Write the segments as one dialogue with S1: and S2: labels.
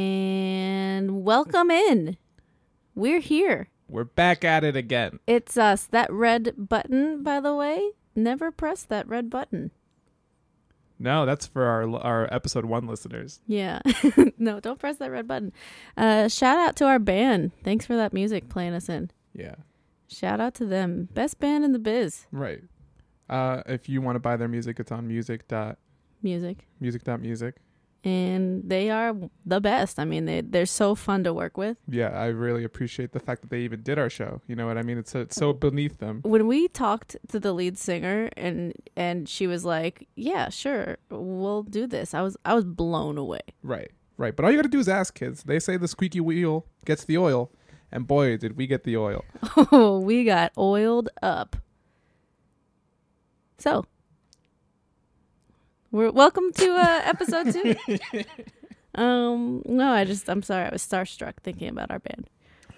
S1: And welcome in. We're here.
S2: We're back at it again.
S1: It's us. That red button, by the way, never press that red button.
S2: No, that's for our our episode one listeners.
S1: Yeah. no, don't press that red button. Uh, shout out to our band. Thanks for that music playing us in.
S2: Yeah,
S1: Shout out to them. Best band in the biz.
S2: right. Uh, if you want to buy their music, it's on music dot
S1: Music.
S2: music dot music.
S1: And they are the best. I mean, they, they're so fun to work with.
S2: Yeah, I really appreciate the fact that they even did our show. You know what I mean? It's, it's so beneath them.
S1: when we talked to the lead singer and and she was like, "Yeah, sure, we'll do this." I was I was blown away.
S2: Right, right. But all you got to do is ask kids. They say the squeaky wheel gets the oil, and boy, did we get the oil.
S1: Oh, we got oiled up. So, we're welcome to uh, episode two. um, no, I just I'm sorry, I was starstruck thinking about our band.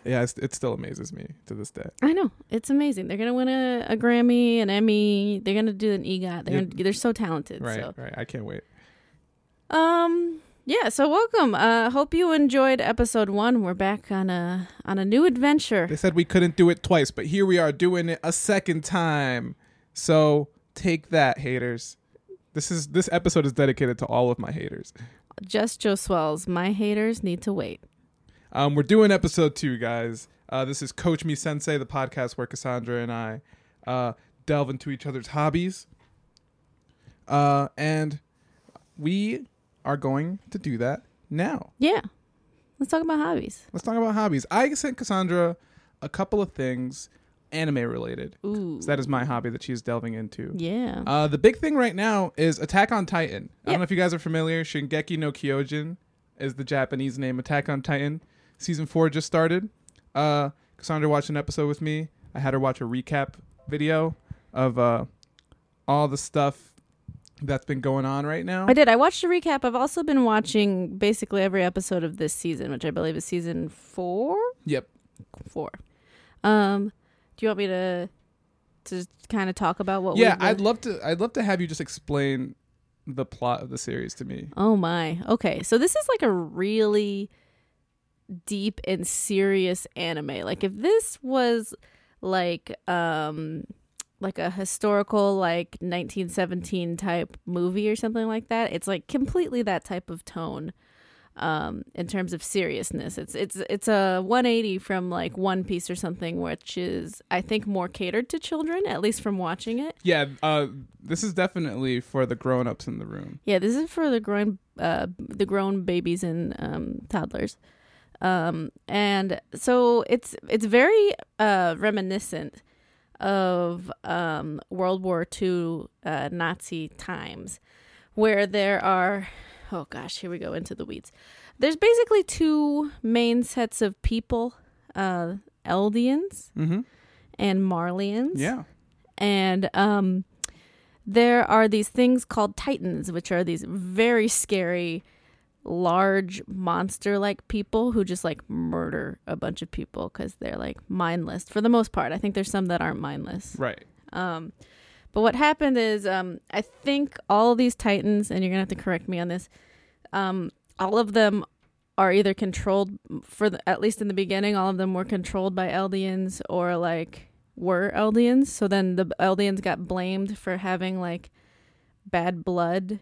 S2: Yeah, it's, it still amazes me to this day.
S1: I know it's amazing. They're gonna win a, a Grammy, an Emmy. They're gonna do an EGOT. They're
S2: Yeah.
S1: gonna, they're so talented.
S2: Right,
S1: So.
S2: right. I can't wait.
S1: Um yeah, so welcome. Uh hope you enjoyed episode 1. We're back on a on a new adventure.
S2: They said we couldn't do it twice, but here we are doing it a second time. So take that, haters. This is this episode is dedicated to all of my haters.
S1: Just Joe Swells, my haters need to wait.
S2: Um, we're doing episode two, guys. Uh, this is Coach Me Sensei, the podcast where Cassandra and I uh, delve into each other's hobbies, uh, and we are going to do that now.
S1: Yeah. Let's talk about hobbies.
S2: Let's talk about hobbies. I sent Cassandra a couple of things anime related.
S1: Ooh.
S2: So that is my hobby that she's delving into.
S1: yeah.
S2: Uh, the big thing right now is Attack on Titan. I
S1: Yep.
S2: don't know if you guys are familiar. Shingeki no Kyojin is the Japanese name. Attack on Titan season four just started. Uh, Cassandra watched an episode with me. I had her watch a recap video of uh, all the stuff that's been going on right now.
S1: I did. I watched a recap. I've also been watching basically every episode of this season, which I believe is season 4.
S2: Yep.
S1: 4. Um do you want me to to kind of talk about what
S2: yeah,
S1: we've been-
S2: I'd love to. I'd love to have you just explain the plot of the series to me.
S1: Oh my. Okay. So this is like a really deep and serious anime. Like if this was like um like a historical like 1917 type movie or something like that, it's like completely that type of tone um in terms of seriousness. It's it's it's a 180 from like One Piece or something which is I think more catered to children at least from watching it.
S2: Yeah, uh, this is definitely for the grown-ups in the room.
S1: Yeah, this is for the grown uh, the grown babies and um, toddlers, um, and so it's it's very uh, reminiscent of um, World War II uh, Nazi times, where there are oh gosh, here we go into the weeds. There's basically two main sets of people: uh, Eldians
S2: Mm-hmm.
S1: and Marlians
S2: Yeah.
S1: and um, there are these things called titans, which are these very scary, large monster-like people who just like murder a bunch of people because they're like mindless for the most part. I think there's some that aren't mindless.
S2: Right.
S1: Um, but what happened is, um, I think all these titans, and you're gonna have to correct me on this, um, all of them are either controlled for the, at least in the beginning, all of them were controlled by Eldians or like were Eldians. So then the Eldians got blamed for having like bad blood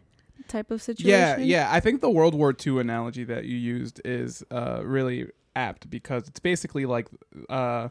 S1: type of situation.
S2: Yeah, yeah. I think the World War II analogy that you used is uh, really apt because it's basically like uh,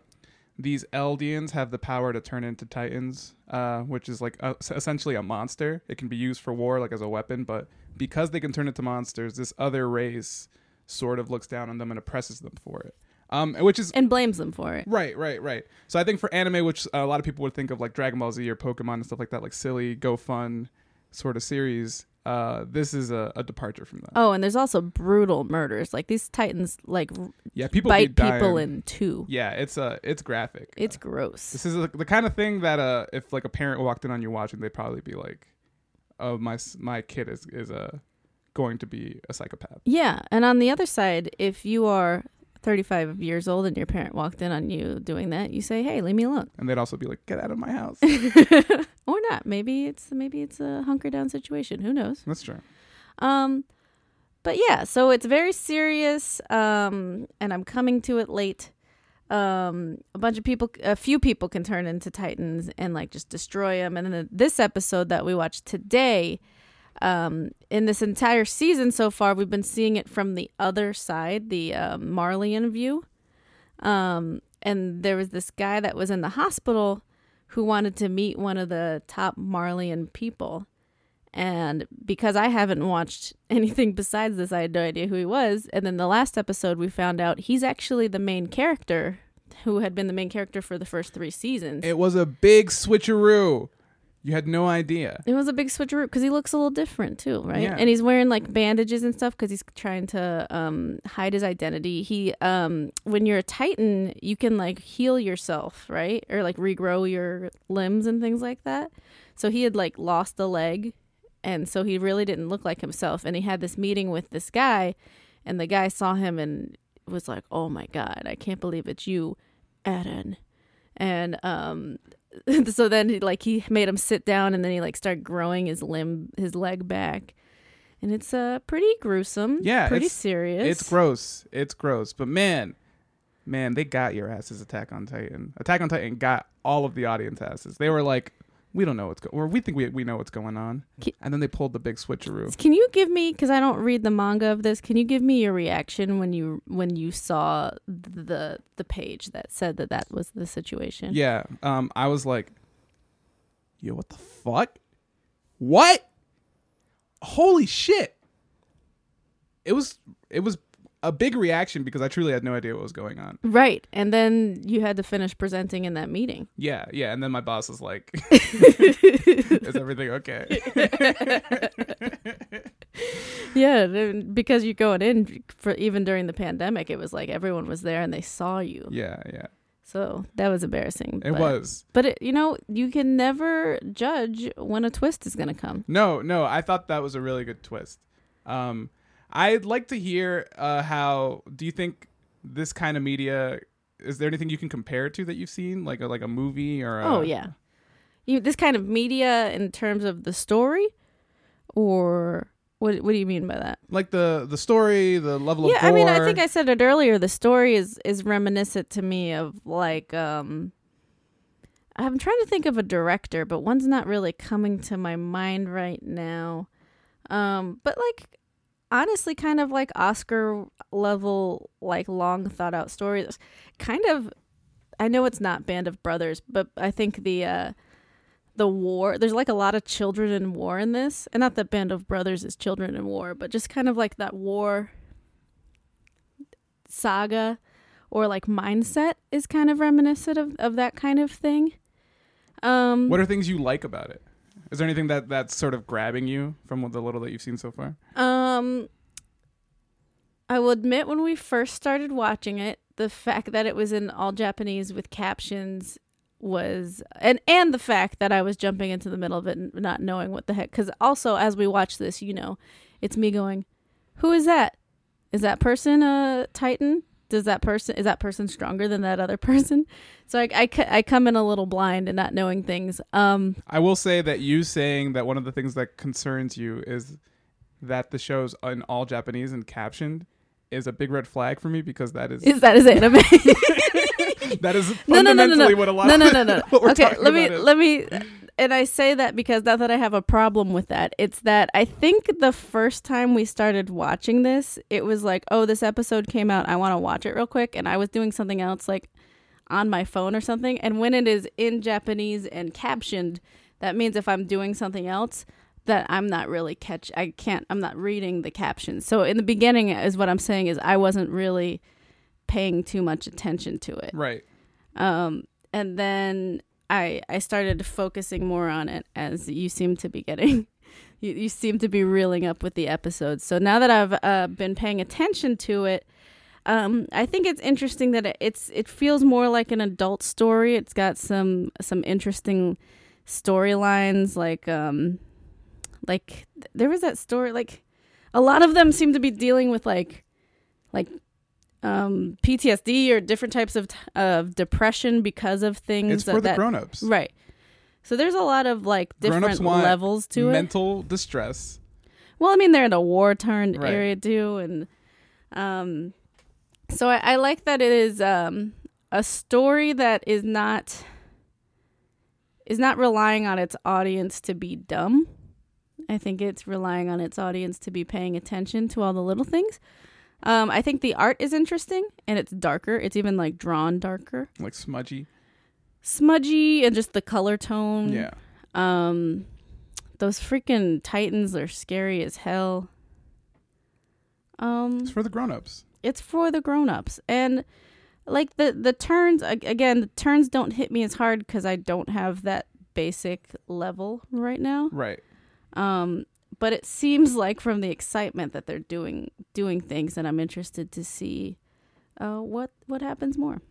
S2: these Eldians have the power to turn into Titans, uh, which is like uh, s- essentially a monster. It can be used for war, like as a weapon, but because they can turn into monsters, this other race sort of looks down on them and oppresses them for it. Um, which is
S1: and blames them for it.
S2: Right, right, right. So I think for anime, which uh, a lot of people would think of like Dragon Ball Z or Pokemon and stuff like that, like silly, go fun sort of series, uh, this is a, a departure from that.
S1: Oh, and there's also brutal murders. Like these titans, like r-
S2: yeah, people be
S1: bite
S2: dying.
S1: people in two.
S2: Yeah, it's uh, it's graphic.
S1: It's gross.
S2: this is the the kind of thing that uh, if like a parent walked in on you watching, they'd probably be like, "Oh, my s- my kid is is uh, going to be a psychopath."
S1: Yeah, and on the other side, if you are 35 years old and your parent walked in on you doing that, you say, "Hey, leave me alone,"
S2: And they'd also be like, "Get out of my house."
S1: or not. Maybe it's maybe it's a hunker down situation. Who knows?
S2: That's true.
S1: Um, But yeah, so it's very serious, um, and I'm coming to it late. Um, a bunch of people, a few people can turn into titans and like just destroy them. And then this episode that we watched today, um, in this entire season so far, we've been seeing it from the other side, the uh, Marlian view. Um, and there was this guy that was in the hospital who wanted to meet one of the top Marlian people. And because I haven't watched anything besides this, I had no idea who he was. And then the last episode, we found out he's actually the main character who had been the main character for the first three seasons.
S2: It was a big switcheroo. You had no idea.
S1: It was a big switcheroo because he looks a little different too, right?
S2: Yeah.
S1: And he's wearing like bandages and stuff because he's trying to um, hide his identity. He, um, when you're a Titan, you can like heal yourself, right, or like regrow your limbs and things like that. So he had like lost a leg, and so he really didn't look like himself. And he had this meeting with this guy, and the guy saw him and was like, "Oh my god, I can't believe it's you, Eren." And um, so then he, like he made him sit down and then he like started growing his limb his leg back and it's uh pretty gruesome
S2: Yeah,
S1: pretty
S2: it's-
S1: serious
S2: It's gross. It's gross. But man, man, they got your asses. Attack on Titan. Attack on Titan got all of the audience asses. They were like, we don't know what's going, or we think we we know what's going on.
S1: Ki-
S2: And then they pulled the big switcheroo.
S1: can you give me because i don't read the manga of this can you give me your reaction when you when you saw the the page that said that that was the situation
S2: Yeah. Um. I was like, yo, what the fuck? What? Holy shit! It was it was a big reaction because I truly had no idea what was going on.
S1: right and then you had to finish presenting in that meeting
S2: Yeah, yeah. And then my boss was like, "Is everything okay?"
S1: yeah then- because you're going in for even during the pandemic it was like everyone was there and they saw you
S2: yeah, yeah.
S1: so that was embarrassing
S2: It
S1: but-
S2: was.
S1: But it, you know, you can never judge when a twist is going to come.
S2: No, no, I thought that was a really good twist. Um, I'd like to hear uh, how do you think this kind of media is there anything you can compare it to that you've seen like a, like a movie or a,
S1: oh yeah, you this kind of media in terms of the story, or what? What do you mean by that?
S2: like the the story the level
S1: yeah,
S2: of
S1: I mean, I
S2: gore.
S1: think I said it earlier. The story is is reminiscent to me of like um. I'm trying to think of a director, but one's not really coming to my mind right now. Um, but like honestly kind of like Oscar level like long thought out stories. Kind of I know it's not Band of Brothers, but I think the uh the war there's like a lot of children in war in this. And not that Band of Brothers is children in war, but just kind of like that war saga or like mindset is kind of reminiscent of, of that kind of thing. Um
S2: what are things you like about it? Is there anything that that's sort of grabbing you from the little that you've seen so far?
S1: Um, I will admit when we first started watching it, the fact that it was in all Japanese with captions was and and the fact that I was jumping into the middle of it and not knowing what the heck cuz also as we watch this, you know, it's me going, "Who is that? Is that person a titan? Does that person is that person stronger than that other person?" So I I, c- I come in a little blind and not knowing things. Um
S2: I will say that you saying that one of the things that concerns you is that the show's in all Japanese and captioned is a big red flag for me because that is
S1: is that is anime?
S2: that is
S1: No, no, no, no,
S2: fundamentally
S1: no.
S2: what a lot
S1: no, no,
S2: of
S1: no, no.
S2: what we're
S1: okay,
S2: talking
S1: let me
S2: about is.
S1: let me. And I say that because not that I have a problem with that. It's that I think the first time we started watching this, it was like, oh, this episode came out. I want to watch it real quick, and I was doing something else, like on my phone or something. And when it is in Japanese and captioned, that means if I'm doing something else that I'm not really catch I can't I'm not reading the captions. So in the beginning is what I'm saying is I wasn't really paying too much attention to it
S2: right.
S1: um, and then I I started focusing more on it as you seem to be getting. You, you seem to be reeling up with the episodes. So now that I've uh, been paying attention to it, um, I think it's interesting that it, it's it feels more like an adult story. It's got some some interesting storylines, like um, like th- there was that story. Like a lot of them seem to be dealing with like like um, PTSD or different types of t- of depression because of things
S2: It's for
S1: Mm, that,
S2: the
S1: that-
S2: grown-ups.
S1: right. So there's a lot of like
S2: Grown-ups
S1: different
S2: want
S1: levels to it.
S2: Mental distress
S1: Well, I mean, they're in a war-turned
S2: Right.
S1: area too, and um, so I, I like that it is um a story that is not is not relying on its audience to be dumb. I think it's relying on its audience to be paying attention to all the little things. Um, I think the art is interesting and it's darker. It's even like drawn darker,
S2: like smudgy.
S1: smudgy, and just the color tone.
S2: Yeah,
S1: Um, those freaking titans are scary as hell. Um,
S2: it's for the grown-ups.
S1: it's for the grown-ups and like the the turns ag- again the turns don't hit me as hard because i don't have that basic level right now
S2: Right.
S1: um but it seems like from the excitement that they're doing doing things and i'm interested to see uh what what happens more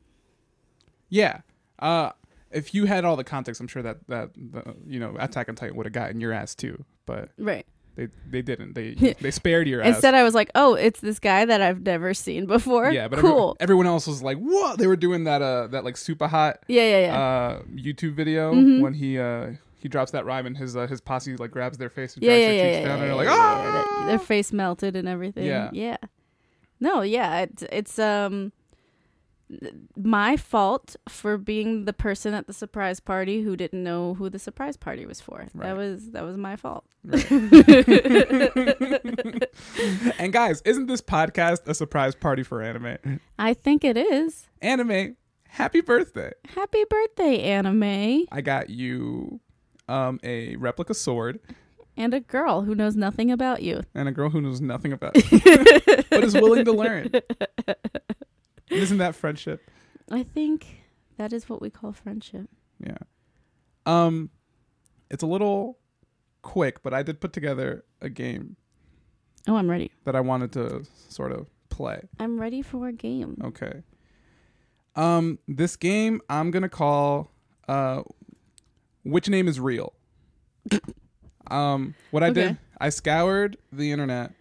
S2: Yeah. Uh, if you had all the context, I'm sure that that the, you know Attack on Titan would have gotten your ass too. But
S1: right
S2: they they didn't. They they spared your ass.
S1: instead i was like oh it's this guy that i've never seen before
S2: yeah, but everyone-
S1: cool
S2: everyone else was like, "Whoa!" They were doing that uh that like super hot
S1: yeah yeah Mm-hmm. yeah
S2: uh YouTube video when he uh he drops that rhyme and his uh, his posse like grabs their face and
S1: yeah,
S2: drags
S1: yeah,
S2: their
S1: yeah,
S2: cheeks
S1: yeah,
S2: down and
S1: yeah,
S2: they're like,
S1: yeah,
S2: "Ah!"
S1: yeah, that- their face melted and everything.
S2: Yeah.
S1: Yeah. No, yeah, it's, it's um th- my fault for being the person at the surprise party who didn't know who the surprise party was for.
S2: Right.
S1: That was that was my fault.
S2: And guys, isn't this podcast a surprise party for anime?
S1: I think it is.
S2: Anime, happy birthday!
S1: Happy birthday, anime,
S2: I got you um a replica sword
S1: and a girl who knows nothing about you.
S2: and a girl who knows nothing about it, but is willing to learn. Isn't that friendship?
S1: I think that is what we call friendship.
S2: Yeah. Um, it's a little quick, but I did put together a game
S1: Oh, I'm ready.
S2: that I wanted to sort of play.
S1: I'm ready for a game.
S2: Okay. Um, this game I'm gonna call uh, which name is real. um, what I did,
S1: Okay.
S2: I scoured the internet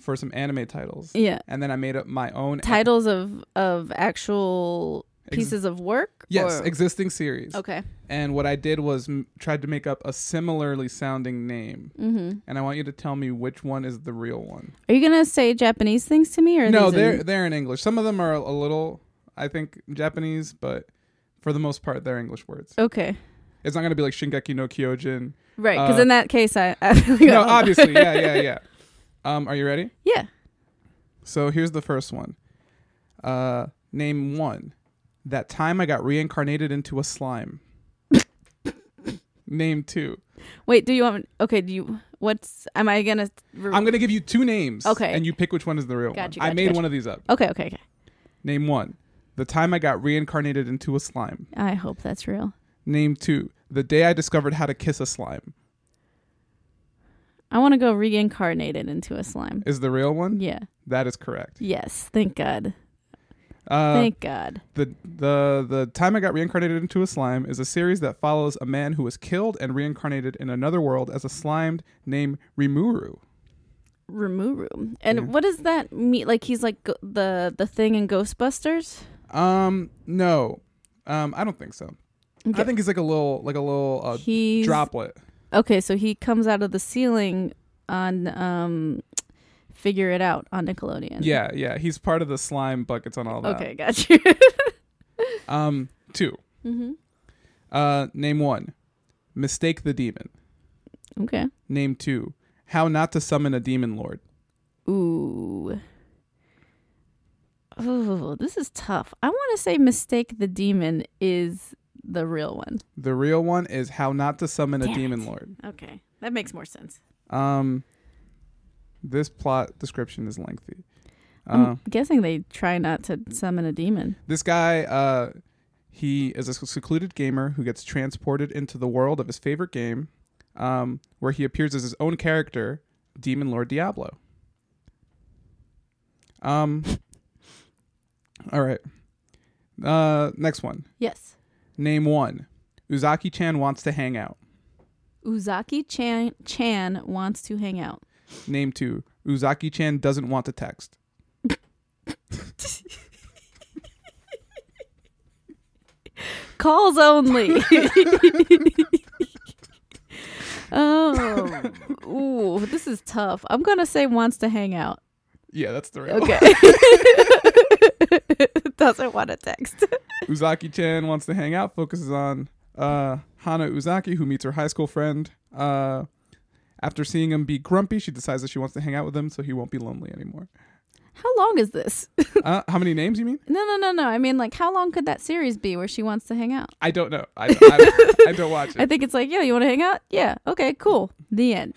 S2: for some anime titles,
S1: Yeah.
S2: and then I made up my own
S1: Titles of of actual
S2: Ex-
S1: pieces of work?
S2: Yes,
S1: or-
S2: existing series.
S1: Okay.
S2: And what I did was m- tried to make up a similarly sounding name.
S1: Mm-hmm.
S2: and I want you to tell me which one is the real one.
S1: Are you gonna say Japanese things to me or
S2: No,
S1: these
S2: they're
S1: in-
S2: they're in English. Some of them are a little, I think, Japanese, but for the most part, they're English words.
S1: okay,
S2: It's not gonna be like Shingeki no Kyojin.
S1: right? Because
S2: Uh,
S1: in that case, I, I
S2: no, obviously, yeah, yeah, yeah. Um, are you ready?
S1: yeah.
S2: So here's the first one. Uh, name one. That time I got reincarnated into a slime. name two.
S1: Wait, do you want? Okay, do you? What's? Am I gonna? re-
S2: I'm gonna give you two names.
S1: Okay.
S2: And you pick which one is the real
S1: Gotcha,
S2: one. I
S1: gotcha,
S2: made
S1: gotcha.
S2: one of these up.
S1: okay, okay, okay.
S2: Name one. The time I got reincarnated into a slime.
S1: I hope that's real.
S2: Name two. The day I discovered how to kiss a slime
S1: I want to go reincarnated into a slime.
S2: is the real one.
S1: Yeah.
S2: That is correct.
S1: Yes. Thank God.
S2: Uh,
S1: Thank God.
S2: the the the time I got reincarnated into a slime is a series that follows a man who was killed and reincarnated in another world as a slimed named Rimuru.
S1: Remuru. And
S2: Yeah.
S1: what does that mean? Like he's like go- the the thing in Ghostbusters.
S2: Um, no, um, I don't think so. I
S1: Okay.
S2: think he's like a little like a little uh,
S1: he's
S2: droplet.
S1: Okay, so he comes out of the ceiling on um Figure It Out on Nickelodeon.
S2: Yeah, yeah. He's part of the slime buckets on all that.
S1: Okay, got you.
S2: Um, two.
S1: hmm
S2: Uh, name one. Mistake the demon.
S1: Okay.
S2: Name two. How not to summon a demon lord.
S1: Ooh. Ooh, this is tough. I want to say Mistake the Demon is the real one.
S2: The real one is how not to summon a
S1: Damn
S2: demon
S1: it.
S2: lord.
S1: Okay, that makes more sense.
S2: Um, this plot description is lengthy. uh,
S1: I'm guessing they try not to summon a demon.
S2: this guy, uh, he is a secluded gamer who gets transported into the world of his favorite game, um, where he appears as his own character, Demon Lord Diablo. Um. All right. Uh, next one.
S1: Yes.
S2: Name one. Uzaki Chan wants to hang out.
S1: Uzaki Chan Chan wants to hang out.
S2: Name two. Uzaki Chan doesn't want to text.
S1: Calls only. oh Ooh, this is tough. I'm gonna say wants to hang out.
S2: Yeah, that's the right one.
S1: Okay. Doesn't want to text.
S2: Uzaki Chan wants to hang out, focuses on uh, Hana Uzaki, who meets her high school friend. Uh, after seeing him be grumpy, she decides that she wants to hang out with him so he won't be lonely anymore.
S1: How long is this?
S2: Uh, how many names you mean?
S1: No, no, no, no. I mean, like, how long could that series be where she wants to hang out?
S2: I don't know. I, I, I don't watch
S1: I
S2: it.
S1: think it's like, yeah, you want to hang out? Yeah. Okay, cool. The end.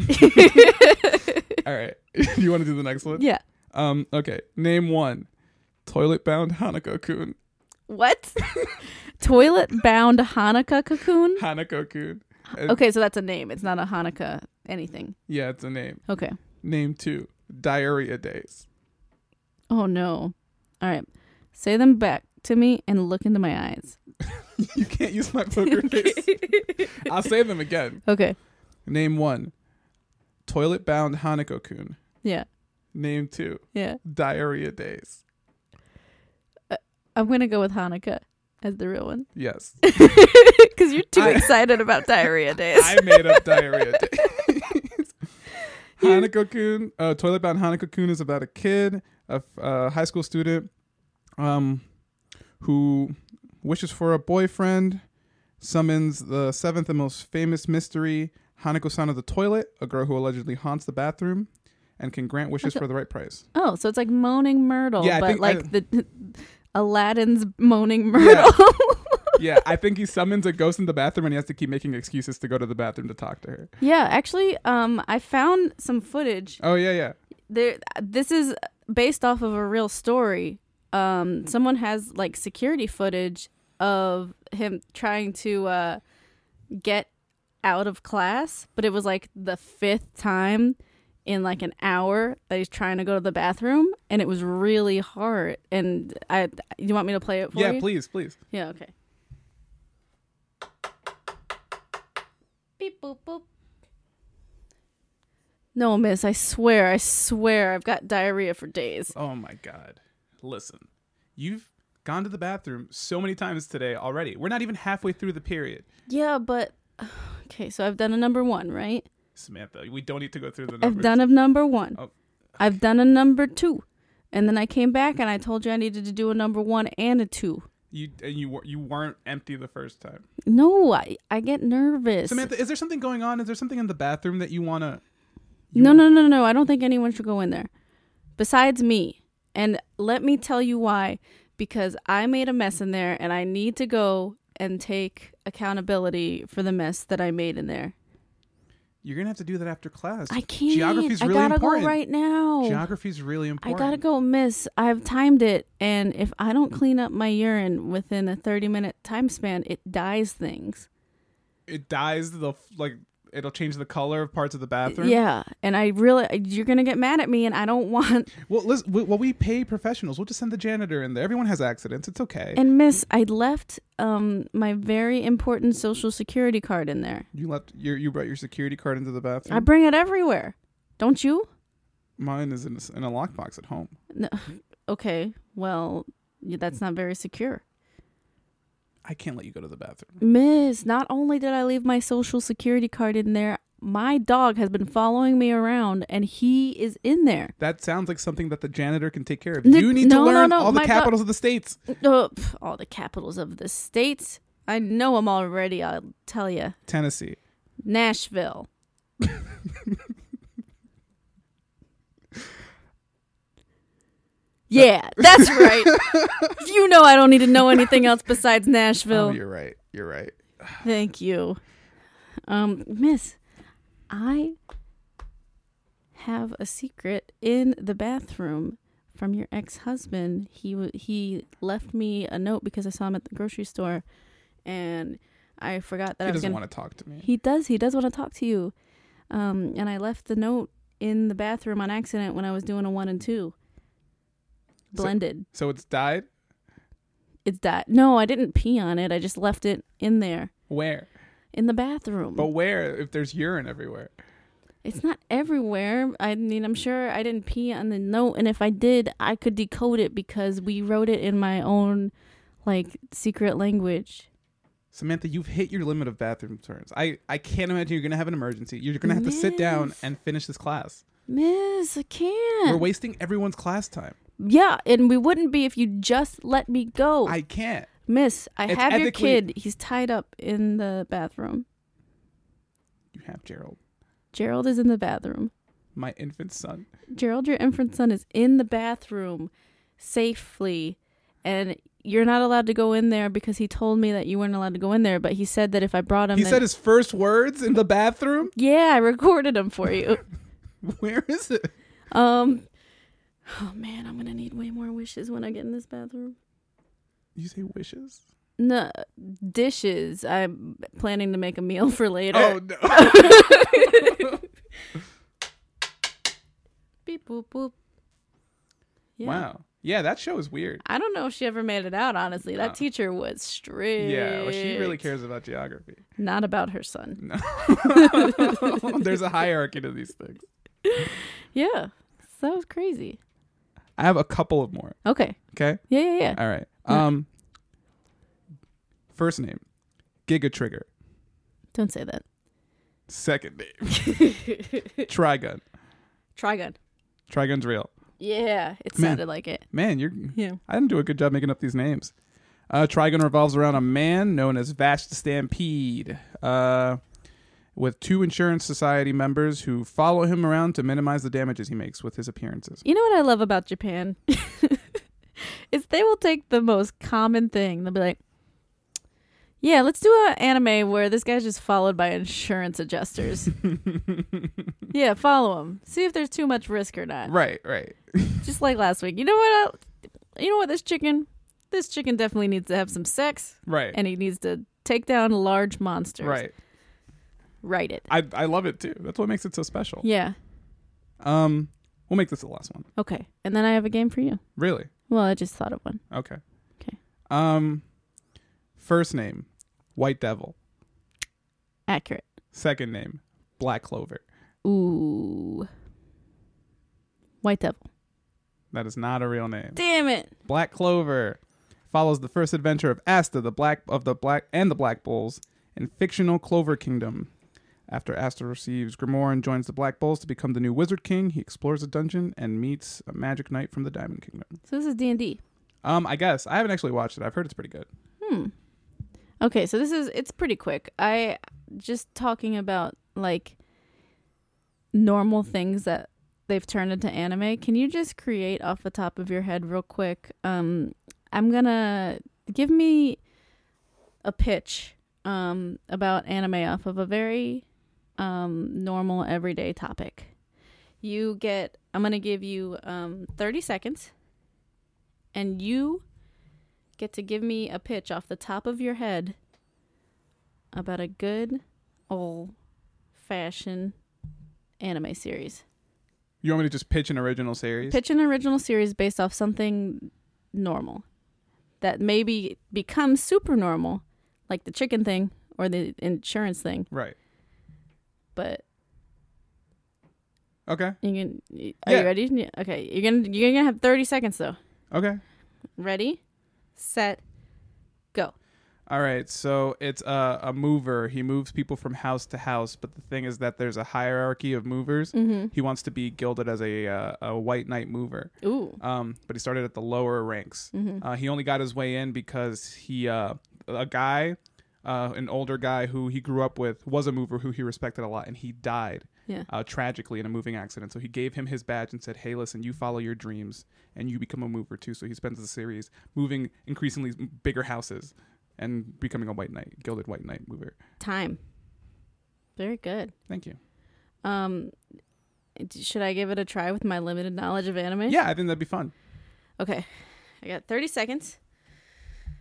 S2: All right. you want to do the next one?
S1: yeah.
S2: Um, okay. Name one Toilet Bound Hanako Kun.
S1: What? Toilet bound Hanukkah cocoon?
S2: Hanako Kun.
S1: Okay, so that's a name. It's not a Hanukkah anything.
S2: Yeah, it's a name.
S1: Okay.
S2: Name two Diarrhea Days.
S1: Oh, no. All right. Say them back to me and look into my eyes.
S2: You can't use my poker face. I'll say them again.
S1: Okay.
S2: Name one Toilet Bound Hanako Kun.
S1: Yeah.
S2: Name two
S1: Yeah.
S2: Diarrhea Days.
S1: I'm going to go with Hanukkah as the real one
S2: Yes.
S1: because you're too
S2: I-
S1: excited about diarrhea days.
S2: I made up Diarrhea Days. Hanako Kun, uh, Toilet Bound Hanako Kun is about a kid, a f- a high school student, um, who wishes for a boyfriend, summons the seventh and most famous mystery, Hanako san of the toilet, a girl who allegedly haunts the bathroom, and can grant wishes for the right price.
S1: oh, so it's like Moaning Myrtle,
S2: Yeah, I
S1: but
S2: think- uh,
S1: like
S2: I-
S1: the Aladdin's Moaning Myrtle.
S2: yeah, I think he summons a ghost in the bathroom and he has to keep making excuses to go to the bathroom to talk to her.
S1: yeah, actually, um, I found some footage
S2: Oh, yeah, yeah.
S1: there this is based off of a real story um someone has like security footage of him trying to uh get out of class but it was like the fifth time in like an hour that he's trying to go to the bathroom and it was really hard and i you want me to play it for
S2: Yeah,
S1: you
S2: please, please.
S1: yeah okay Beep boop boop. No, miss, I swear, I swear, I've got diarrhea for days.
S2: Oh my god. Listen. You've gone to the bathroom so many times today already. We're not even halfway through the period.
S1: Yeah, but okay, so I've done a number one, right?
S2: Samantha, we don't need to go through the numbers.
S1: I've done a number one.
S2: Oh.
S1: I've done a number two. And then I came back and I told you I needed to do a number one and a two.
S2: you and you were you weren't empty the first time.
S1: No, I, I get nervous.
S2: Samantha, is there something going on? Is there something in the bathroom that you want to
S1: No, no, no, no, no. I don't think anyone should go in there besides me. And let me tell you why. Because I made a mess in there and I need to go and take accountability for the mess that I made in there.
S2: You're going to have to do that after class.
S1: I can't.
S2: Geography's
S1: I
S2: really
S1: gotta
S2: important.
S1: go right now.
S2: Geography's really
S1: I
S2: important.
S1: gotta go, miss. I've timed it. And if I don't clean up my urine within a 30 minute time span, it dyes things.
S2: It dyes the f- like it'll change the color of parts of the bathroom.
S1: Yeah. And I really, you're gonna get mad at me and I don't want
S2: Well, listen, we- well we pay professionals. We'll just send the janitor in there. Everyone has accidents. It's okay.
S1: And miss, I left um my very important social security card in there.
S2: you left your you brought your security card into the bathroom.
S1: I bring it everywhere. Don't you?
S2: Mine is in a, s- in a lockbox at home.
S1: No. Okay. Well, y- that's not very secure.
S2: I can't let you go to the bathroom.
S1: Miss, not only did I leave my social security card in there, my dog has been following me around and he is in there.
S2: That sounds like something that the janitor can take care of.
S1: Nick-
S2: you need
S1: no,
S2: to
S1: no,
S2: learn
S1: no,
S2: all the
S1: my
S2: capitals of the states.
S1: Uh, pff, all the capitals of the states. I know 'em already, I'll tell you.
S2: Tennessee.
S1: Nashville. yeah, that's right. you know I don't need to know anything else besides
S2: Oh,
S1: Nashville.
S2: you're right. You're right.
S1: Thank you. Um miss, I have a secret in the bathroom from your ex-husband. He w- he left me a note because I saw him at the grocery store and I forgot that
S2: He
S1: I was
S2: doesn't
S1: going to
S2: want to talk to me.
S1: he does. He does want to talk to you. Um, and I left the note in the bathroom on accident when I was doing a one and two.
S2: So-
S1: Blended.
S2: So it's died.
S1: it's that. No, I didn't pee on it. I just left it in there
S2: Where?
S1: in the bathroom.
S2: But where? If there's urine everywhere.
S1: it's not everywhere. I mean, I'm sure I didn't pee on the note, and if I did, I could decode it because we wrote it in my own like secret language.
S2: Samantha, you've hit your limit of bathroom turns. I, I can't imagine you're going to have an emergency. You're going to have to sit down
S1: Miss.
S2: and finish this class.
S1: Miss, I
S2: We're
S1: can't.
S2: wasting everyone's class time.
S1: yeah, and we wouldn't be if you just let me go.
S2: I can't.
S1: Miss, I
S2: It's
S1: have your
S2: ethically-
S1: kid. He's tied up in the bathroom.
S2: You have Gerald,
S1: Gerald is in the bathroom.
S2: my infant son.
S1: Gerald, your infant son, is in the bathroom safely, and you're not allowed to go in there because he told me that you weren't allowed to go in there. But he said that if I brought him,
S2: He
S1: then-
S2: said his first words in the bathroom.
S1: "Yeah, I recorded him for you."
S2: Where is it?
S1: um, oh man, I'm gonna need way more wishes when I get in this bathroom.
S2: You say wishes?
S1: No dishes. I'm planning to make a meal for later.
S2: Oh, no.
S1: Beep boop boop. Yeah.
S2: Wow. Yeah, that show is weird.
S1: I don't know if she ever made it out. Honestly, that
S2: No.
S1: teacher was strict.
S2: Yeah, well, she really cares about geography.
S1: Not about her son.
S2: No. There's a hierarchy to these things.
S1: Yeah, so that was crazy.
S2: I have a couple of more.
S1: Okay.
S2: Okay.
S1: Yeah, yeah, yeah.
S2: All right. Um. First name, Giga Trigger.
S1: Don't say that.
S2: Second name, Trigun.
S1: Trigun.
S2: Trigun's real.
S1: Yeah, it
S2: Man.
S1: sounded like it.
S2: Man, you're.
S1: Yeah.
S2: I didn't do a good job making up these names. Uh, Trigun revolves around a man known as Vash the Stampede, uh, with two insurance society members who follow him around to minimize the damages he makes with his appearances.
S1: You know what I love about Japan? is they will take the most common thing. They'll be like, yeah, let's do an anime where this guy's just followed by insurance adjusters. yeah, follow him. See if there's too much risk or not.
S2: Right, right.
S1: Just like last week. You know what? Else? You know what? This chicken, this chicken definitely needs to have some sex,
S2: Right.
S1: and he needs to take down large monsters.
S2: right.
S1: Write it.
S2: I I love it too. That's what makes it so special.
S1: Yeah.
S2: Um we'll make this the last one.
S1: Okay. And then I have a game for you.
S2: Really?
S1: Well, I just thought of one.
S2: Okay.
S1: Okay.
S2: Um first name, White Devil.
S1: Accurate.
S2: Second name, Black Clover.
S1: Ooh. White Devil.
S2: That is not a real name.
S1: Damn it.
S2: Black Clover follows the first adventure of Asta the Black of the Black and the Black Bulls in fictional Clover Kingdom. After Asta receives Grimoire and joins the Black Bulls to become the new Wizard King, he explores a dungeon and meets a magic knight from the Diamond Kingdom.
S1: So this is D&D.
S2: Um, I guess. I haven't actually watched it. I've heard it's pretty good.
S1: Hmm. Okay, so this is it's pretty quick. I just talking about like normal things that they've turned into anime. Can you just create off the top of your head real quick? Um I'm going to give me a pitch um about anime off of a very um normal everyday topic. You get I'm going to give you um 30 seconds and you get to give me a pitch off the top of your head about a good old fashioned anime series.
S2: You want me to just pitch an original series?
S1: Pitch an original series based off something normal that maybe becomes super normal, like the chicken thing or the insurance thing,
S2: Right.
S1: but
S2: Okay.
S1: you can are
S2: Yeah.
S1: you ready? Yeah, Okay, you're going to you're going to have 30 seconds though.
S2: Okay.
S1: Ready? Set.
S2: All right. So it's a, a mover. He moves people from house to house. But the thing is that there's a hierarchy of movers.
S1: Mhm.
S2: He wants to be gilded as a uh, a white knight mover.
S1: Ooh.
S2: Um, but he started at the lower ranks.
S1: Mhm.
S2: Uh, he only got his way in because he uh, a guy, uh, an older guy who he grew up with was a mover who he respected a lot, and he died.
S1: Yeah.
S2: uh, tragically in a moving accident. So he gave him his badge and said, "Hey, listen, you follow your dreams and you become a mover too." So he spends the series moving increasingly bigger houses and becoming a white knight, gilded white knight mover.
S1: Time. Very good.
S2: Thank you.
S1: Um, d- should I give it a try with my limited knowledge of anime?
S2: Yeah, I think that'd be fun.
S1: Okay. I got 30 seconds.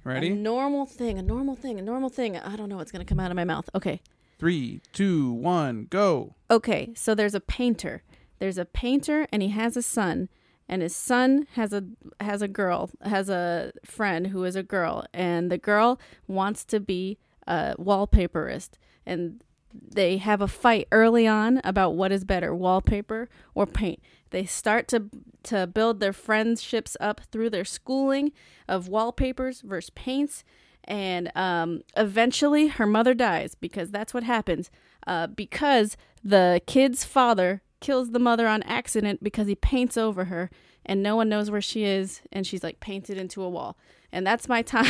S1: A
S2: Ready?
S1: normal thing, a normal thing, a normal thing. I don't know what's going to come out of my mouth. Okay.
S2: Three, two, one, go.
S1: Okay. So there's a painter. There's a painter and he has a son and his son has a has a girl, has a friend who is a girl and the girl wants to be a wallpaperist and they have a fight early on about what is better, wallpaper or paint. They start to to build their friendships up through their schooling of wallpapers versus paints, and um, eventually her mother dies because that's what happens uh, because the kid's father kills the mother on accident because he paints over her and no one knows where she is and she's like painted into a wall and that's my time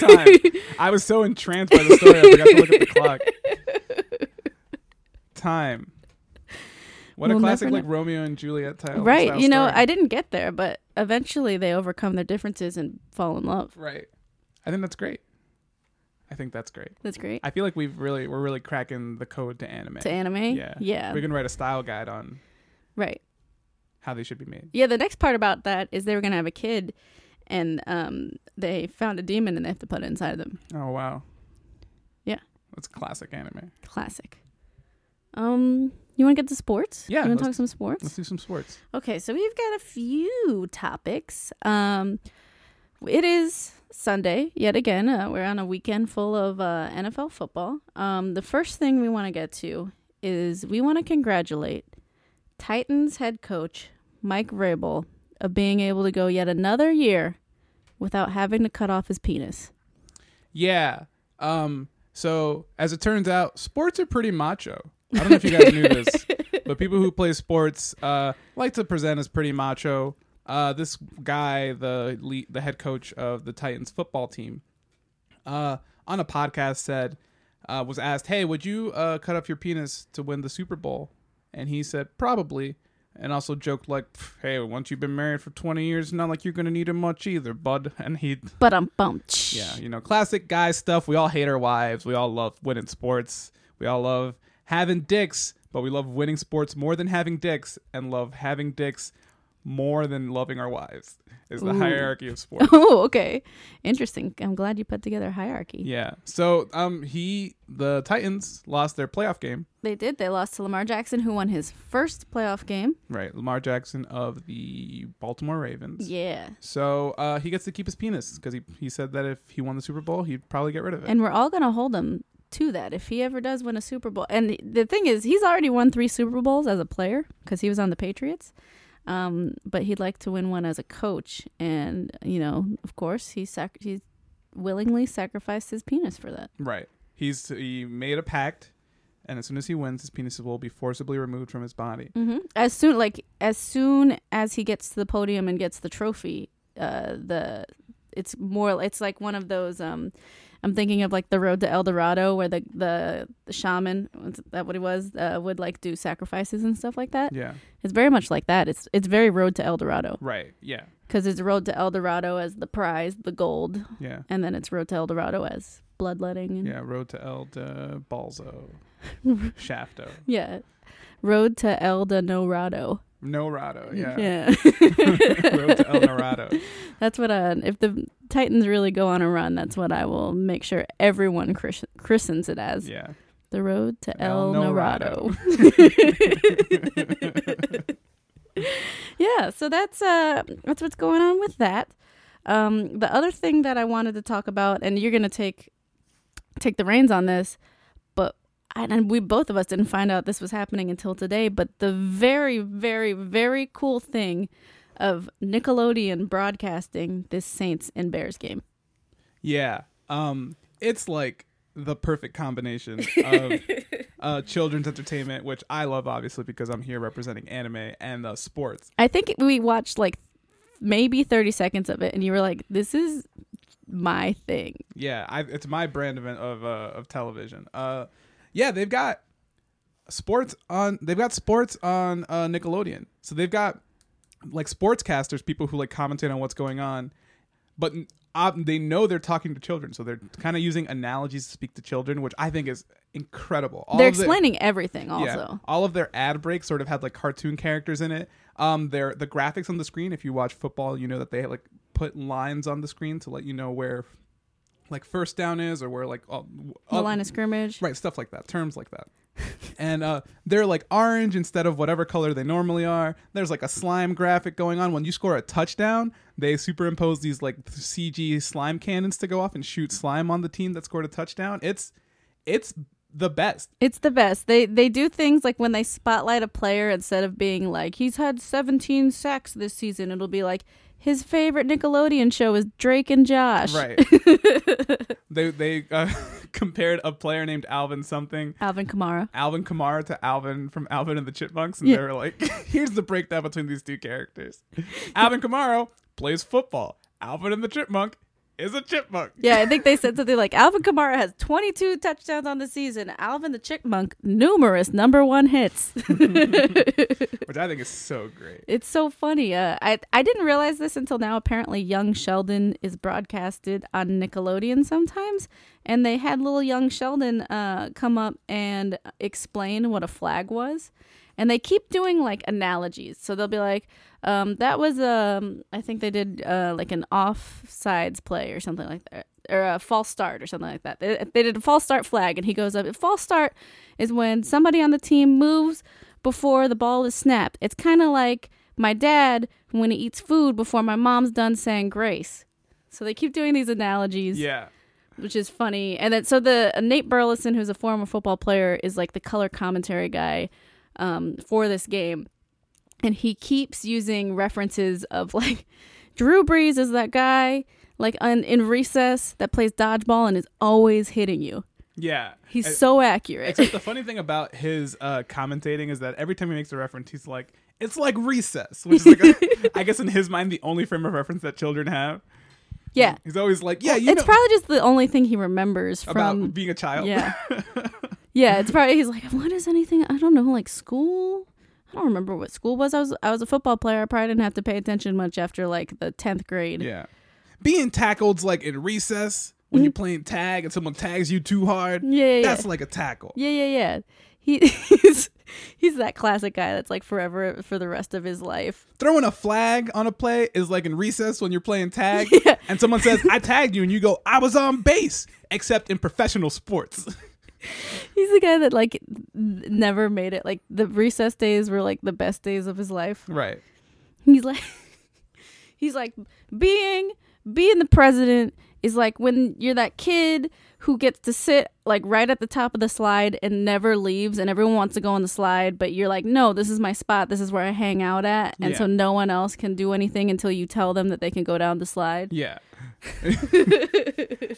S2: Time. I was so entranced by the story, I forgot to look at the clock. Time. What a
S1: We'll
S2: classic,
S1: never
S2: like Romeo and Juliet title.
S1: right
S2: style
S1: you know
S2: story.
S1: i didn't get there but eventually they overcome their differences and fall in love
S2: Right. I think that's great. I think that's great.
S1: that's great
S2: I feel like we've really we're really cracking the code to anime.
S1: to anime
S2: Yeah.
S1: yeah
S2: We can write a style guide on
S1: right
S2: how they should be made.
S1: Yeah, the next part about that is they were gonna have a kid, and um, they found a demon and they have to put it inside of them.
S2: Oh wow.
S1: Yeah.
S2: That's classic anime.
S1: Classic. Um, you want to get to sports?
S2: Yeah,
S1: you want
S2: let's-
S1: to talk some
S2: Let's
S1: sports?
S2: do some sports.
S1: Okay, so we've got a few topics. Um, it is Sunday yet again. Uh, we're on a weekend full of uh, NFL football. Um, the first thing we want to get to is we want to congratulate Titans head coach Mike Vrabel of being able to go yet another year without having to cut off his penis.
S2: Yeah. Um so as it turns out, sports are pretty macho. I don't know if you guys knew this, but people who play sports uh like to present as pretty macho. Uh this guy, the le- the head coach of the Titans football team, uh on a podcast said uh was asked, "Hey, would you uh cut off your penis to win the Super Bowl?" And he said, "Probably." And also joked like, "Pff, "Hey, once you've been married for 20 years, not like you're going to need him much either, bud." And he
S1: But I'm bummed.
S2: yeah, you know, classic guy stuff. We all hate our wives. We all love winning sports. We all love having dicks, but we love winning sports more than having dicks and love having dicks more than loving our wives is the
S1: Ooh.
S2: hierarchy of sports.
S1: Oh, okay. Interesting. I'm glad you put together a hierarchy.
S2: yeah. So, um he the Titans lost their playoff game,
S1: They did. They lost to Lamar Jackson, who won his first playoff game.
S2: right? Lamar Jackson of the Baltimore Ravens.
S1: Yeah.
S2: So, uh he gets to keep his penis cuz he he said that if he won the Super Bowl, he'd probably get rid of it.
S1: And we're all going to hold him to that if he ever does win a Super Bowl. And the thing is, he's already won three Super Bowls as a player because he was on the Patriots. Um, but he'd like to win one as a coach. And, you know, of course, he, sac- he willingly sacrificed his penis for that.
S2: Right. He's he made a pact, and as soon as he wins, his penis will be forcibly removed from his body.
S1: hmm As soon, like as soon as he gets to the podium and gets the trophy, uh, the it's more. It's like one of those. Um, I'm thinking of like the Road to El Dorado, where the the, the shaman was that what he was uh, would like do sacrifices and stuff like that.
S2: Yeah.
S1: It's very much like that. It's it's very Road to El Dorado
S2: Right. Yeah.
S1: because it's Road to El Dorado as the prize, the gold,
S2: Yeah.
S1: and then it's Road to El Dorado as bloodletting. And,
S2: Yeah. Road to El de Balzo. Shafto.
S1: yeah. Road to El Dorado.
S2: Norado. Yeah.
S1: yeah.
S2: Road to El Norado.
S1: That's what I, if the Titans really go on a run, that's what I will make sure everyone chris- christens it as.
S2: Yeah.
S1: The road to
S2: El
S1: El,
S2: Dorado.
S1: Dorado. yeah, so that's uh that's what's going on with that. Um the other thing that I wanted to talk about and you're going to take take the reins on this, but and and we both of us didn't find out this was happening until today, but the very very very cool thing of Nickelodeon broadcasting this Saints and Bears game.
S2: Yeah. Um, it's like the perfect combination of uh, children's entertainment, which I love obviously because I'm here representing anime and uh, sports.
S1: I think we watched like maybe 30 seconds of it and you were like this is my thing.
S2: Yeah, I, it's my brand of of, uh, of television. Uh, yeah, they've got sports on. They've got sports on uh, Nickelodeon. So they've got like sportscasters, people who like commentate on what's going on, but uh, they know they're talking to children, so they're kind of using analogies to speak to children, which I think is incredible. All
S1: They're
S2: of the-
S1: explaining everything also.
S2: all of their ad breaks sort of had like cartoon characters in it. Um, their the graphics on the screen. If you watch football, you know that they like put lines on the screen to let you know where, like first down is or where like all,
S1: The line of scrimmage.
S2: right stuff like that, terms like that. and uh, they're like orange instead of whatever color they normally are. There's like a slime graphic going on. When you score a touchdown, they superimpose these like CG slime cannons to go off and shoot slime on the team that scored a touchdown. It's it's the best.
S1: It's the best. They they do things like when they spotlight a player instead of being like he's had 17 sacks this season, it'll be like his favorite Nickelodeon show is Drake and Josh.
S2: Right. they they uh, compared a player named Alvin something,
S1: Alvin Kamara.
S2: Alvin Kamara, to Alvin from Alvin and the Chipmunks, and
S1: Yeah.
S2: they were like, "Here's the breakdown between these two characters. Alvin Kamara plays football. Alvin and the Chipmunk is a chipmunk.
S1: Yeah, I think they said something like Alvin Kamara has 22 touchdowns on the season. Alvin the Chickmunk, numerous number one hits.
S2: which I think is so great.
S1: It's so funny. Uh, I I didn't realize this until now. Apparently, Young Sheldon is broadcasted on Nickelodeon sometimes, and they had little Young Sheldon uh, come up and explain what a flag was, and they keep doing like analogies. So they'll be like, um, "That was um, I think they did uh, like an offsides play or something like that." Or a false start, or something like that. They, they did a false start flag, and he goes up. A false start is when somebody on the team moves before the ball is snapped. It's kind of like my dad when he eats food before my mom's done saying grace. So they keep doing these analogies,
S2: Yeah.
S1: which is funny. And then so the uh, Nate Burleson, who's a former football player, is like the color commentary guy um, for this game, and he keeps using references of like Drew Brees is that guy like on, in recess that plays dodgeball and is always hitting you.
S2: Yeah.
S1: He's
S2: And-
S1: so accurate.
S2: Except the funny thing about his uh, commentating is that every time he makes a reference, he's like, "It's like recess," which is like, a, I guess in his mind, the only frame of reference that children have.
S1: yeah.
S2: He's always like, "Yeah, you
S1: It's
S2: know
S1: probably just the only thing he remembers
S2: about
S1: from
S2: being a child."
S1: Yeah. yeah, it's probably he's like, What is anything I don't know, like school? I don't remember what school was. I was I was a football player. I probably didn't have to pay attention much after like the tenth grade.
S2: yeah. Being tackled's like in recess when you're playing tag and someone tags you too hard.
S1: Mm-hmm. Yeah, yeah, yeah.
S2: that's like a tackle.
S1: Yeah, yeah, yeah. He he's he's that classic guy that's like forever for the rest of his life.
S2: Throwing a flag on a play is like in recess when you're playing tag and someone says, "I tagged you," and you go, "I was on base," except in professional sports.
S1: He's the guy that like n- never made it. Like the recess days were like the best days of his life.
S2: right.
S1: He's like, he's like being being the president is like when you're that kid who gets to sit like right at the top of the slide and never leaves, and everyone wants to go on the slide, but you're like, no, this is my spot. This is where I hang out at, and
S2: Yeah.
S1: so no one else can do anything until you tell them that they can go down the slide.
S2: Yeah.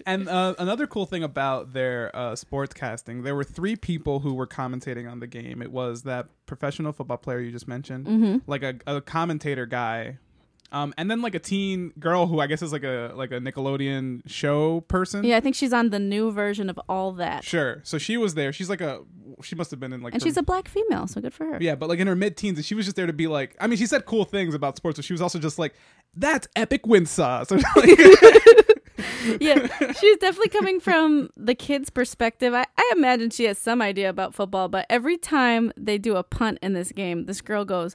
S2: and uh, another cool thing about their uh, sports casting, there were three people who were commentating on the game. It was that professional football player you just mentioned,
S1: Mm-hmm.
S2: like a, a commentator guy, um, and then like a teen girl who I guess is like a like a Nickelodeon show person.
S1: Yeah, I think she's on the new version of all that,
S2: Sure. So she was there. She's like a. She must have been in like.
S1: and
S2: her-
S1: she's a black female, so good for her.
S2: yeah, but like in her mid-teens, and she was just there to be like. I mean, she said cool things about sports, but she was also just like, "That's epic win sauce." Or like,
S1: yeah, she's definitely coming from the kid's perspective. I, I imagine she has some idea about football, but every time they do a punt in this game, this girl goes,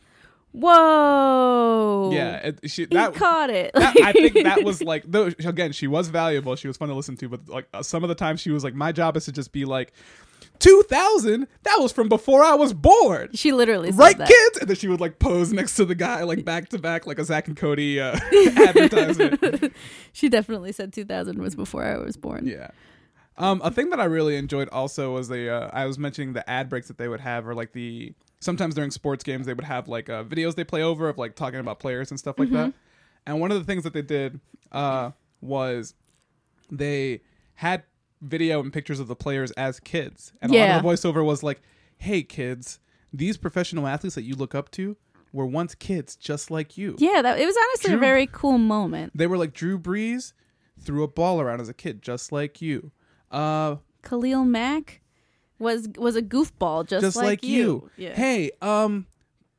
S1: "Whoa!"
S2: yeah, it, she,
S1: he
S2: that
S1: caught it.
S2: that, I think that was like though again she was valuable she was fun to listen to but like uh, some of the time she was like my job is to just be like 2000 that was from before I was born
S1: she literally said
S2: right
S1: that.
S2: kids and then she would like pose next to the guy like back to back like a Zach and Cody uh, advertisement
S1: She definitely said 2000 was before I was born.
S2: yeah um a thing that I really enjoyed also was the uh, I was mentioning the ad breaks that they would have or like the sometimes during sports games they would have like uh, videos they play over of like talking about players and stuff
S1: Mm-hmm.
S2: like that and one of the things that they did uh was they had video and pictures of the players as kids. And a lot of the
S1: Yeah.
S2: voiceover was like, hey, kids, these professional athletes that you look up to were once kids just like you.
S1: Yeah, that it was honestly a
S2: Drew-
S1: very cool moment.
S2: They were like, Drew Brees threw a ball around as a kid just like you. Uh,
S1: Khalil Mack was was a goofball just,
S2: just like, you.
S1: Yeah.
S2: Hey, um,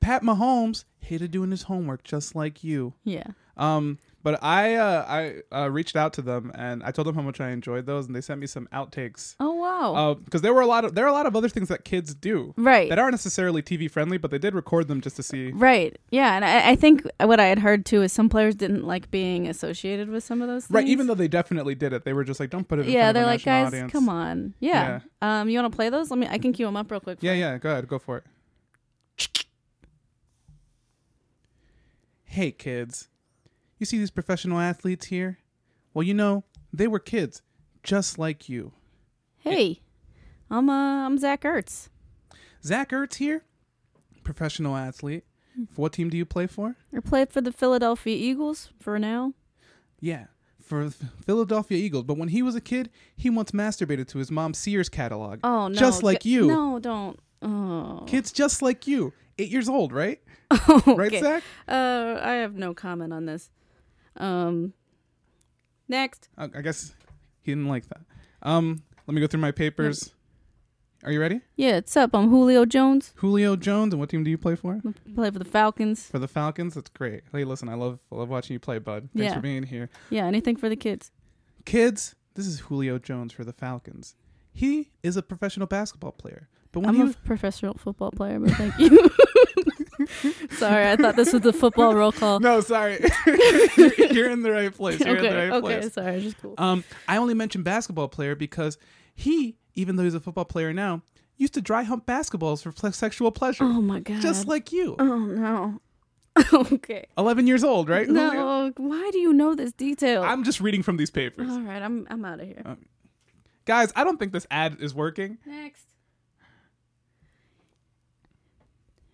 S2: Pat Mahomes hated doing his homework just like you.
S1: yeah.
S2: Um, but I uh, I uh, reached out to them and I told them how much I enjoyed those, and they sent me some outtakes
S1: Oh wow.
S2: because there were a lot of there are a lot of other things that kids do
S1: Right.
S2: that aren't necessarily TV friendly, but they did record them just to see.
S1: Right. Yeah, and I, I think what I had heard too is some players didn't like being associated with some of those. Things.
S2: Right, even though they definitely did it, they were just like, "Don't put it." In
S1: yeah,
S2: front
S1: they're
S2: of a
S1: like,
S2: national
S1: guys,
S2: audience.
S1: come on. Yeah. Um, you want to play those? Let me. I can cue them up real quick.
S2: Yeah, yeah, go ahead, go for it. Hey, kids, you see these professional athletes here? Well, you know, they were kids, just like you.
S1: Hey, I'm uh, I'm Zach Ertz.
S2: Zach Ertz here, professional athlete.
S1: Hmm.
S2: What team do you play for?
S1: I played for the Philadelphia Eagles for now.
S2: Yeah, for the Philadelphia Eagles. But when he was a kid, he once masturbated to his mom's Sears catalog.
S1: Oh no!
S2: Just like
S1: G-
S2: you.
S1: No, don't. Oh.
S2: Kids just like you, eight years old, right?
S1: okay.
S2: Right, Zach?
S1: Uh, I have no comment on this. Um. Next.
S2: I, I guess he didn't like that. Um, let me go through my papers. Are you ready?
S1: Yeah, it's up. I'm Julio Jones.
S2: Julio Jones, and what team do you play for?
S1: Play for the Falcons.
S2: For the Falcons, that's great. Hey, listen, I love I love watching you play, bud. Thanks
S1: Yeah.
S2: for being here.
S1: Yeah, anything for the kids.
S2: Kids, this is Julio Jones for the Falcons. He is a professional basketball player. But when
S1: I'm
S2: he
S1: a professional football player, but thank you. Sorry, I thought this was the football roll call.
S2: No, sorry. you're, you're in the right place. You're in the
S1: okay,
S2: right
S1: okay,
S2: place.
S1: sorry, just cool.
S2: Um, I only mentioned basketball player because he, even though he's a football player now, used to dry hump basketballs for ple- sexual pleasure,
S1: oh my god.
S2: just like you.
S1: oh no. okay.
S2: 11 years old, right? Julio?
S1: No, why do you know this detail?
S2: I'm Oh. just reading from these papers.
S1: All right, I'm I'm out of here.
S2: Guys, I don't think this ad is working.
S1: Next.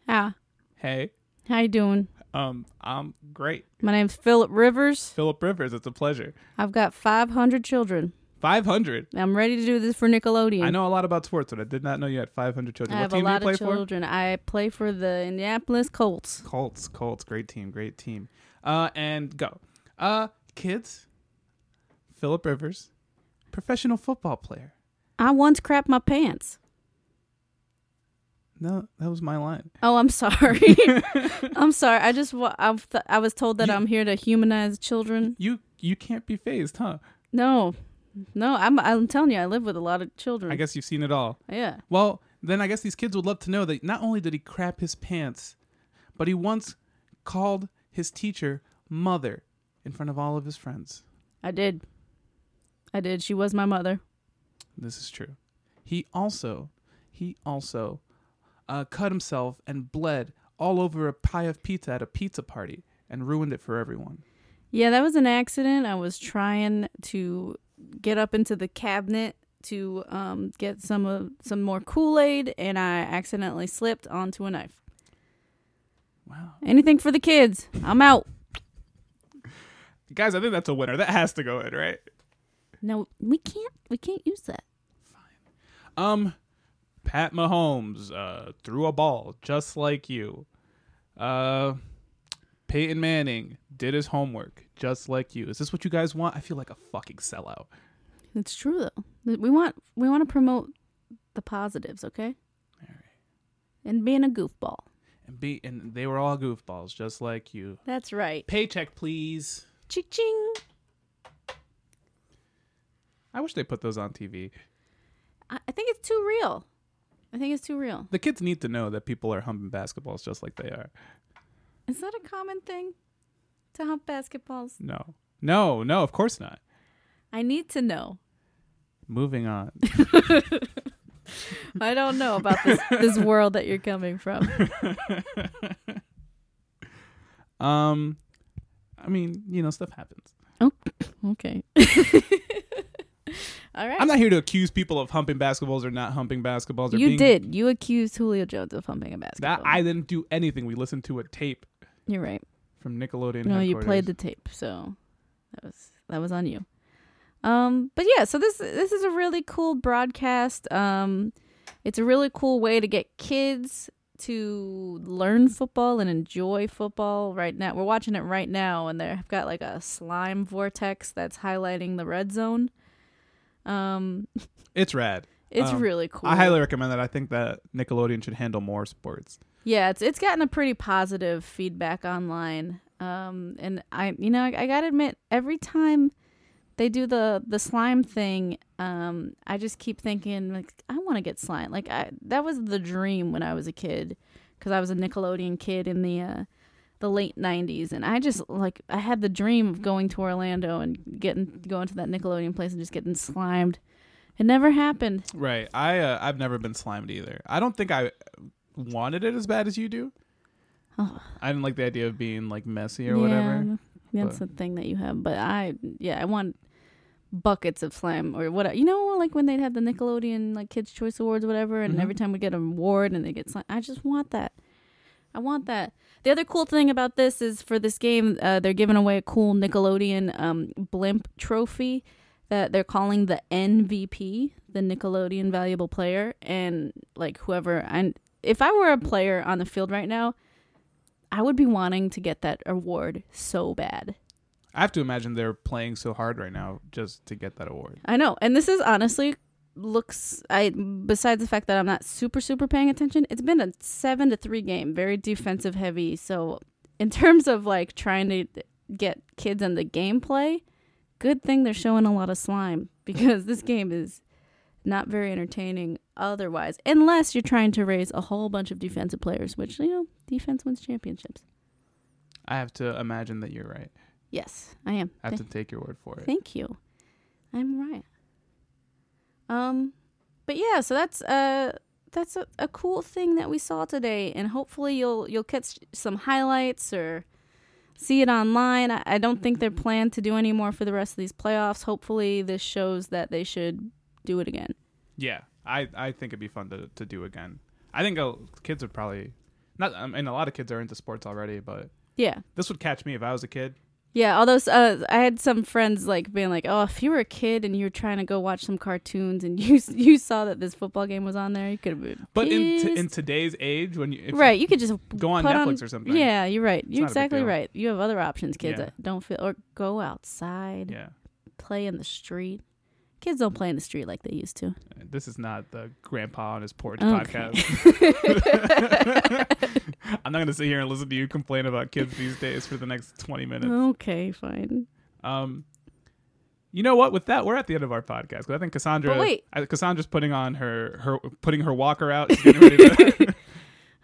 S1: Ah,
S2: Hey,
S1: how you doing?
S2: um, I'm great.
S1: My name's Philip Rivers.
S2: Philip Rivers, it's a pleasure.
S1: I've got 500 children.
S2: 500.
S1: I'm ready to do this for Nickelodeon.
S2: I know a lot about sports, but I did not know you had 500 children.
S1: I
S2: what
S1: have
S2: team
S1: a lot
S2: do you play
S1: of children. I play for the Indianapolis Colts.
S2: for? Colts, Colts, great team, great team. Uh, and go. Uh, kids, Philip Rivers, professional football player.
S1: I once crapped my pants.
S2: No, that was my line.
S1: Oh, I'm sorry. I'm sorry. I just wa- I've th- I was told that
S2: You-
S1: I'm here to humanize children.
S2: You you can't be phased, huh?
S1: No, no. I'm I'm telling you, I live with a lot of children.
S2: I guess you've seen it all.
S1: Yeah.
S2: Well, then I guess these kids would love to know that not only did he crap his pants, but he once called his teacher mother in front of all of his friends.
S1: I did. I did. She was my mother.
S2: This is true. He also he also uh, cut himself and bled all over a pie of pizza at a pizza party and ruined it for everyone.
S1: Yeah, that was an accident. I was trying to get up into the cabinet to um, get some of some more Kool Aid, and I accidentally slipped onto a knife.
S2: Wow.
S1: Anything for the kids. I'm out.
S2: Guys, I think that's a winner. That has to go in, right?
S1: No, we can't. We can't use that.
S2: Um, Pat Mahomes uh, threw a ball just like you. Uh, Peyton Manning did his homework just like you. Is this what you guys want? I feel like a fucking sellout.
S1: It's true though. Th- We want we want to promote the positives, okay? And being a goofball.
S2: And be and they were all goofballs just like you.
S1: That's right.
S2: Paycheck, please.
S1: Ching ching.
S2: I wish they put those on TV.
S1: I, I think it's too real. I think it's too real.
S2: The kids need to know that people are humping basketballs just like they are.
S1: Is that a common thing to hump basketballs?
S2: No, no, no. Of course not.
S1: I need to know.
S2: Moving on.
S1: I don't know about this this world that you're coming from.
S2: Um, I mean, you know, stuff happens.
S1: Okay. All right.
S2: I'm not here to accuse people of humping basketballs or not humping basketballs. Or
S1: you
S2: being,
S1: did. You accused Julio Jones of humping a
S2: that.
S1: basketball.
S2: I didn't do anything. We listened to a tape
S1: you're right.
S2: from Nickelodeon.
S1: No, you
S2: headquarters.
S1: played the tape, so that was that was on you. Um, but yeah, so this this is a really cool broadcast. Um, it's a really cool way to get kids to learn football and enjoy football. Right now, we're watching it right now, and they've got like a slime vortex that's highlighting the red zone. Um,
S2: It's rad.
S1: it's
S2: Um,
S1: really cool.
S2: I highly recommend that. I think that Nickelodeon should handle more sports.
S1: Yeah, it's it's gotten a pretty positive feedback online. Um, and I, you know, I, I gotta admit, every time they do the the slime thing, um, I just keep thinking like I want to get slime. Like I, that was the dream when I was a kid, because I was a Nickelodeon kid in the uh, the late '90s, and I just like I had the dream of going to Orlando and getting going to that Nickelodeon place and just getting slimed. It never happened.
S2: Right. I uh, I've never been slimed either. I don't think I wanted it as bad as you do.
S1: Oh.
S2: I didn't like the idea of being like messy or whatever.
S1: n- That's the thing that you have. But I, yeah, I want buckets of slime or whatever. You know, like when they'd have the Nickelodeon like Kids Choice Awards, whatever, and
S2: Mhm.
S1: every time we get an award and they get slime, I just want that. I want that. The other cool thing about this is for this game, uh, they're giving away a cool Nickelodeon um, blimp trophy that they're calling the MVP, the Nickelodeon Valuable Player, and like whoever. And if I were a player on the field right now, I would be wanting to get that award so bad.
S2: I have to imagine they're playing so hard right now just to get that award.
S1: I know. And this is honestly looks I besides the fact that I'm not super super paying attention, it's been a 7 to 3 game, very defensive heavy. So in terms of like trying to get kids in the gameplay, good thing they're showing a lot of slime because this game is not very entertaining otherwise unless you're trying to raise a whole bunch of defensive players, which you know, defense wins championships.
S2: I have to imagine that you're right.
S1: Yes, I am.
S2: I have
S1: Th-
S2: to take your word for it.
S1: Thank you. I'm right. Um, but yeah, so that's uh that's a, a cool thing that we saw today, and hopefully you'll you'll catch some highlights or see it online. I, I don't think they're planned to do any more for the rest of these playoffs. Hopefully, this shows that they should do it again.
S2: Yeah, I, I think it'd be fun to, to do again. I think uh, kids would probably not. I mean, a lot of kids are into sports already, but
S1: Yeah.
S2: this would catch me if I was a kid.
S1: Yeah, although uh, I had some friends like being like, "Oh, if you were a kid and you were trying to go watch some cartoons and you you saw that this football game was on there, you could have been."
S2: But in t-
S1: pissed."
S2: in today's age, when you if you
S1: right, you could just
S2: go on
S1: put
S2: Netflix or something,
S1: Yeah, you're right. You're
S2: not a big
S1: exactly
S2: deal.
S1: right. You have other options, kids.
S2: Yeah.
S1: that Don't feel or go outside,
S2: yeah,
S1: play in the street. Kids don't play in the street like they used to.
S2: this is not the grandpa on his porch
S1: Okay.
S2: podcast. I'm not gonna sit here and listen to you complain about kids these days for the next 20 minutes.
S1: Okay, fine.
S2: Um, you know what? With that, we're at the end of our podcast. 'cause I think Cassandra.
S1: But wait.
S2: I, Cassandra's putting on her her putting her walker out. She's getting ready to-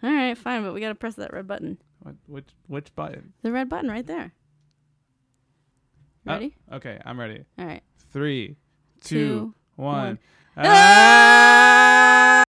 S1: All right, fine, but we gotta press that red button.
S2: What- which which button?
S1: The red button right there.
S2: Oh.
S1: Ready?
S2: Okay, I'm ready.
S1: All right.
S2: Three, two, one.
S1: one.
S2: Ah!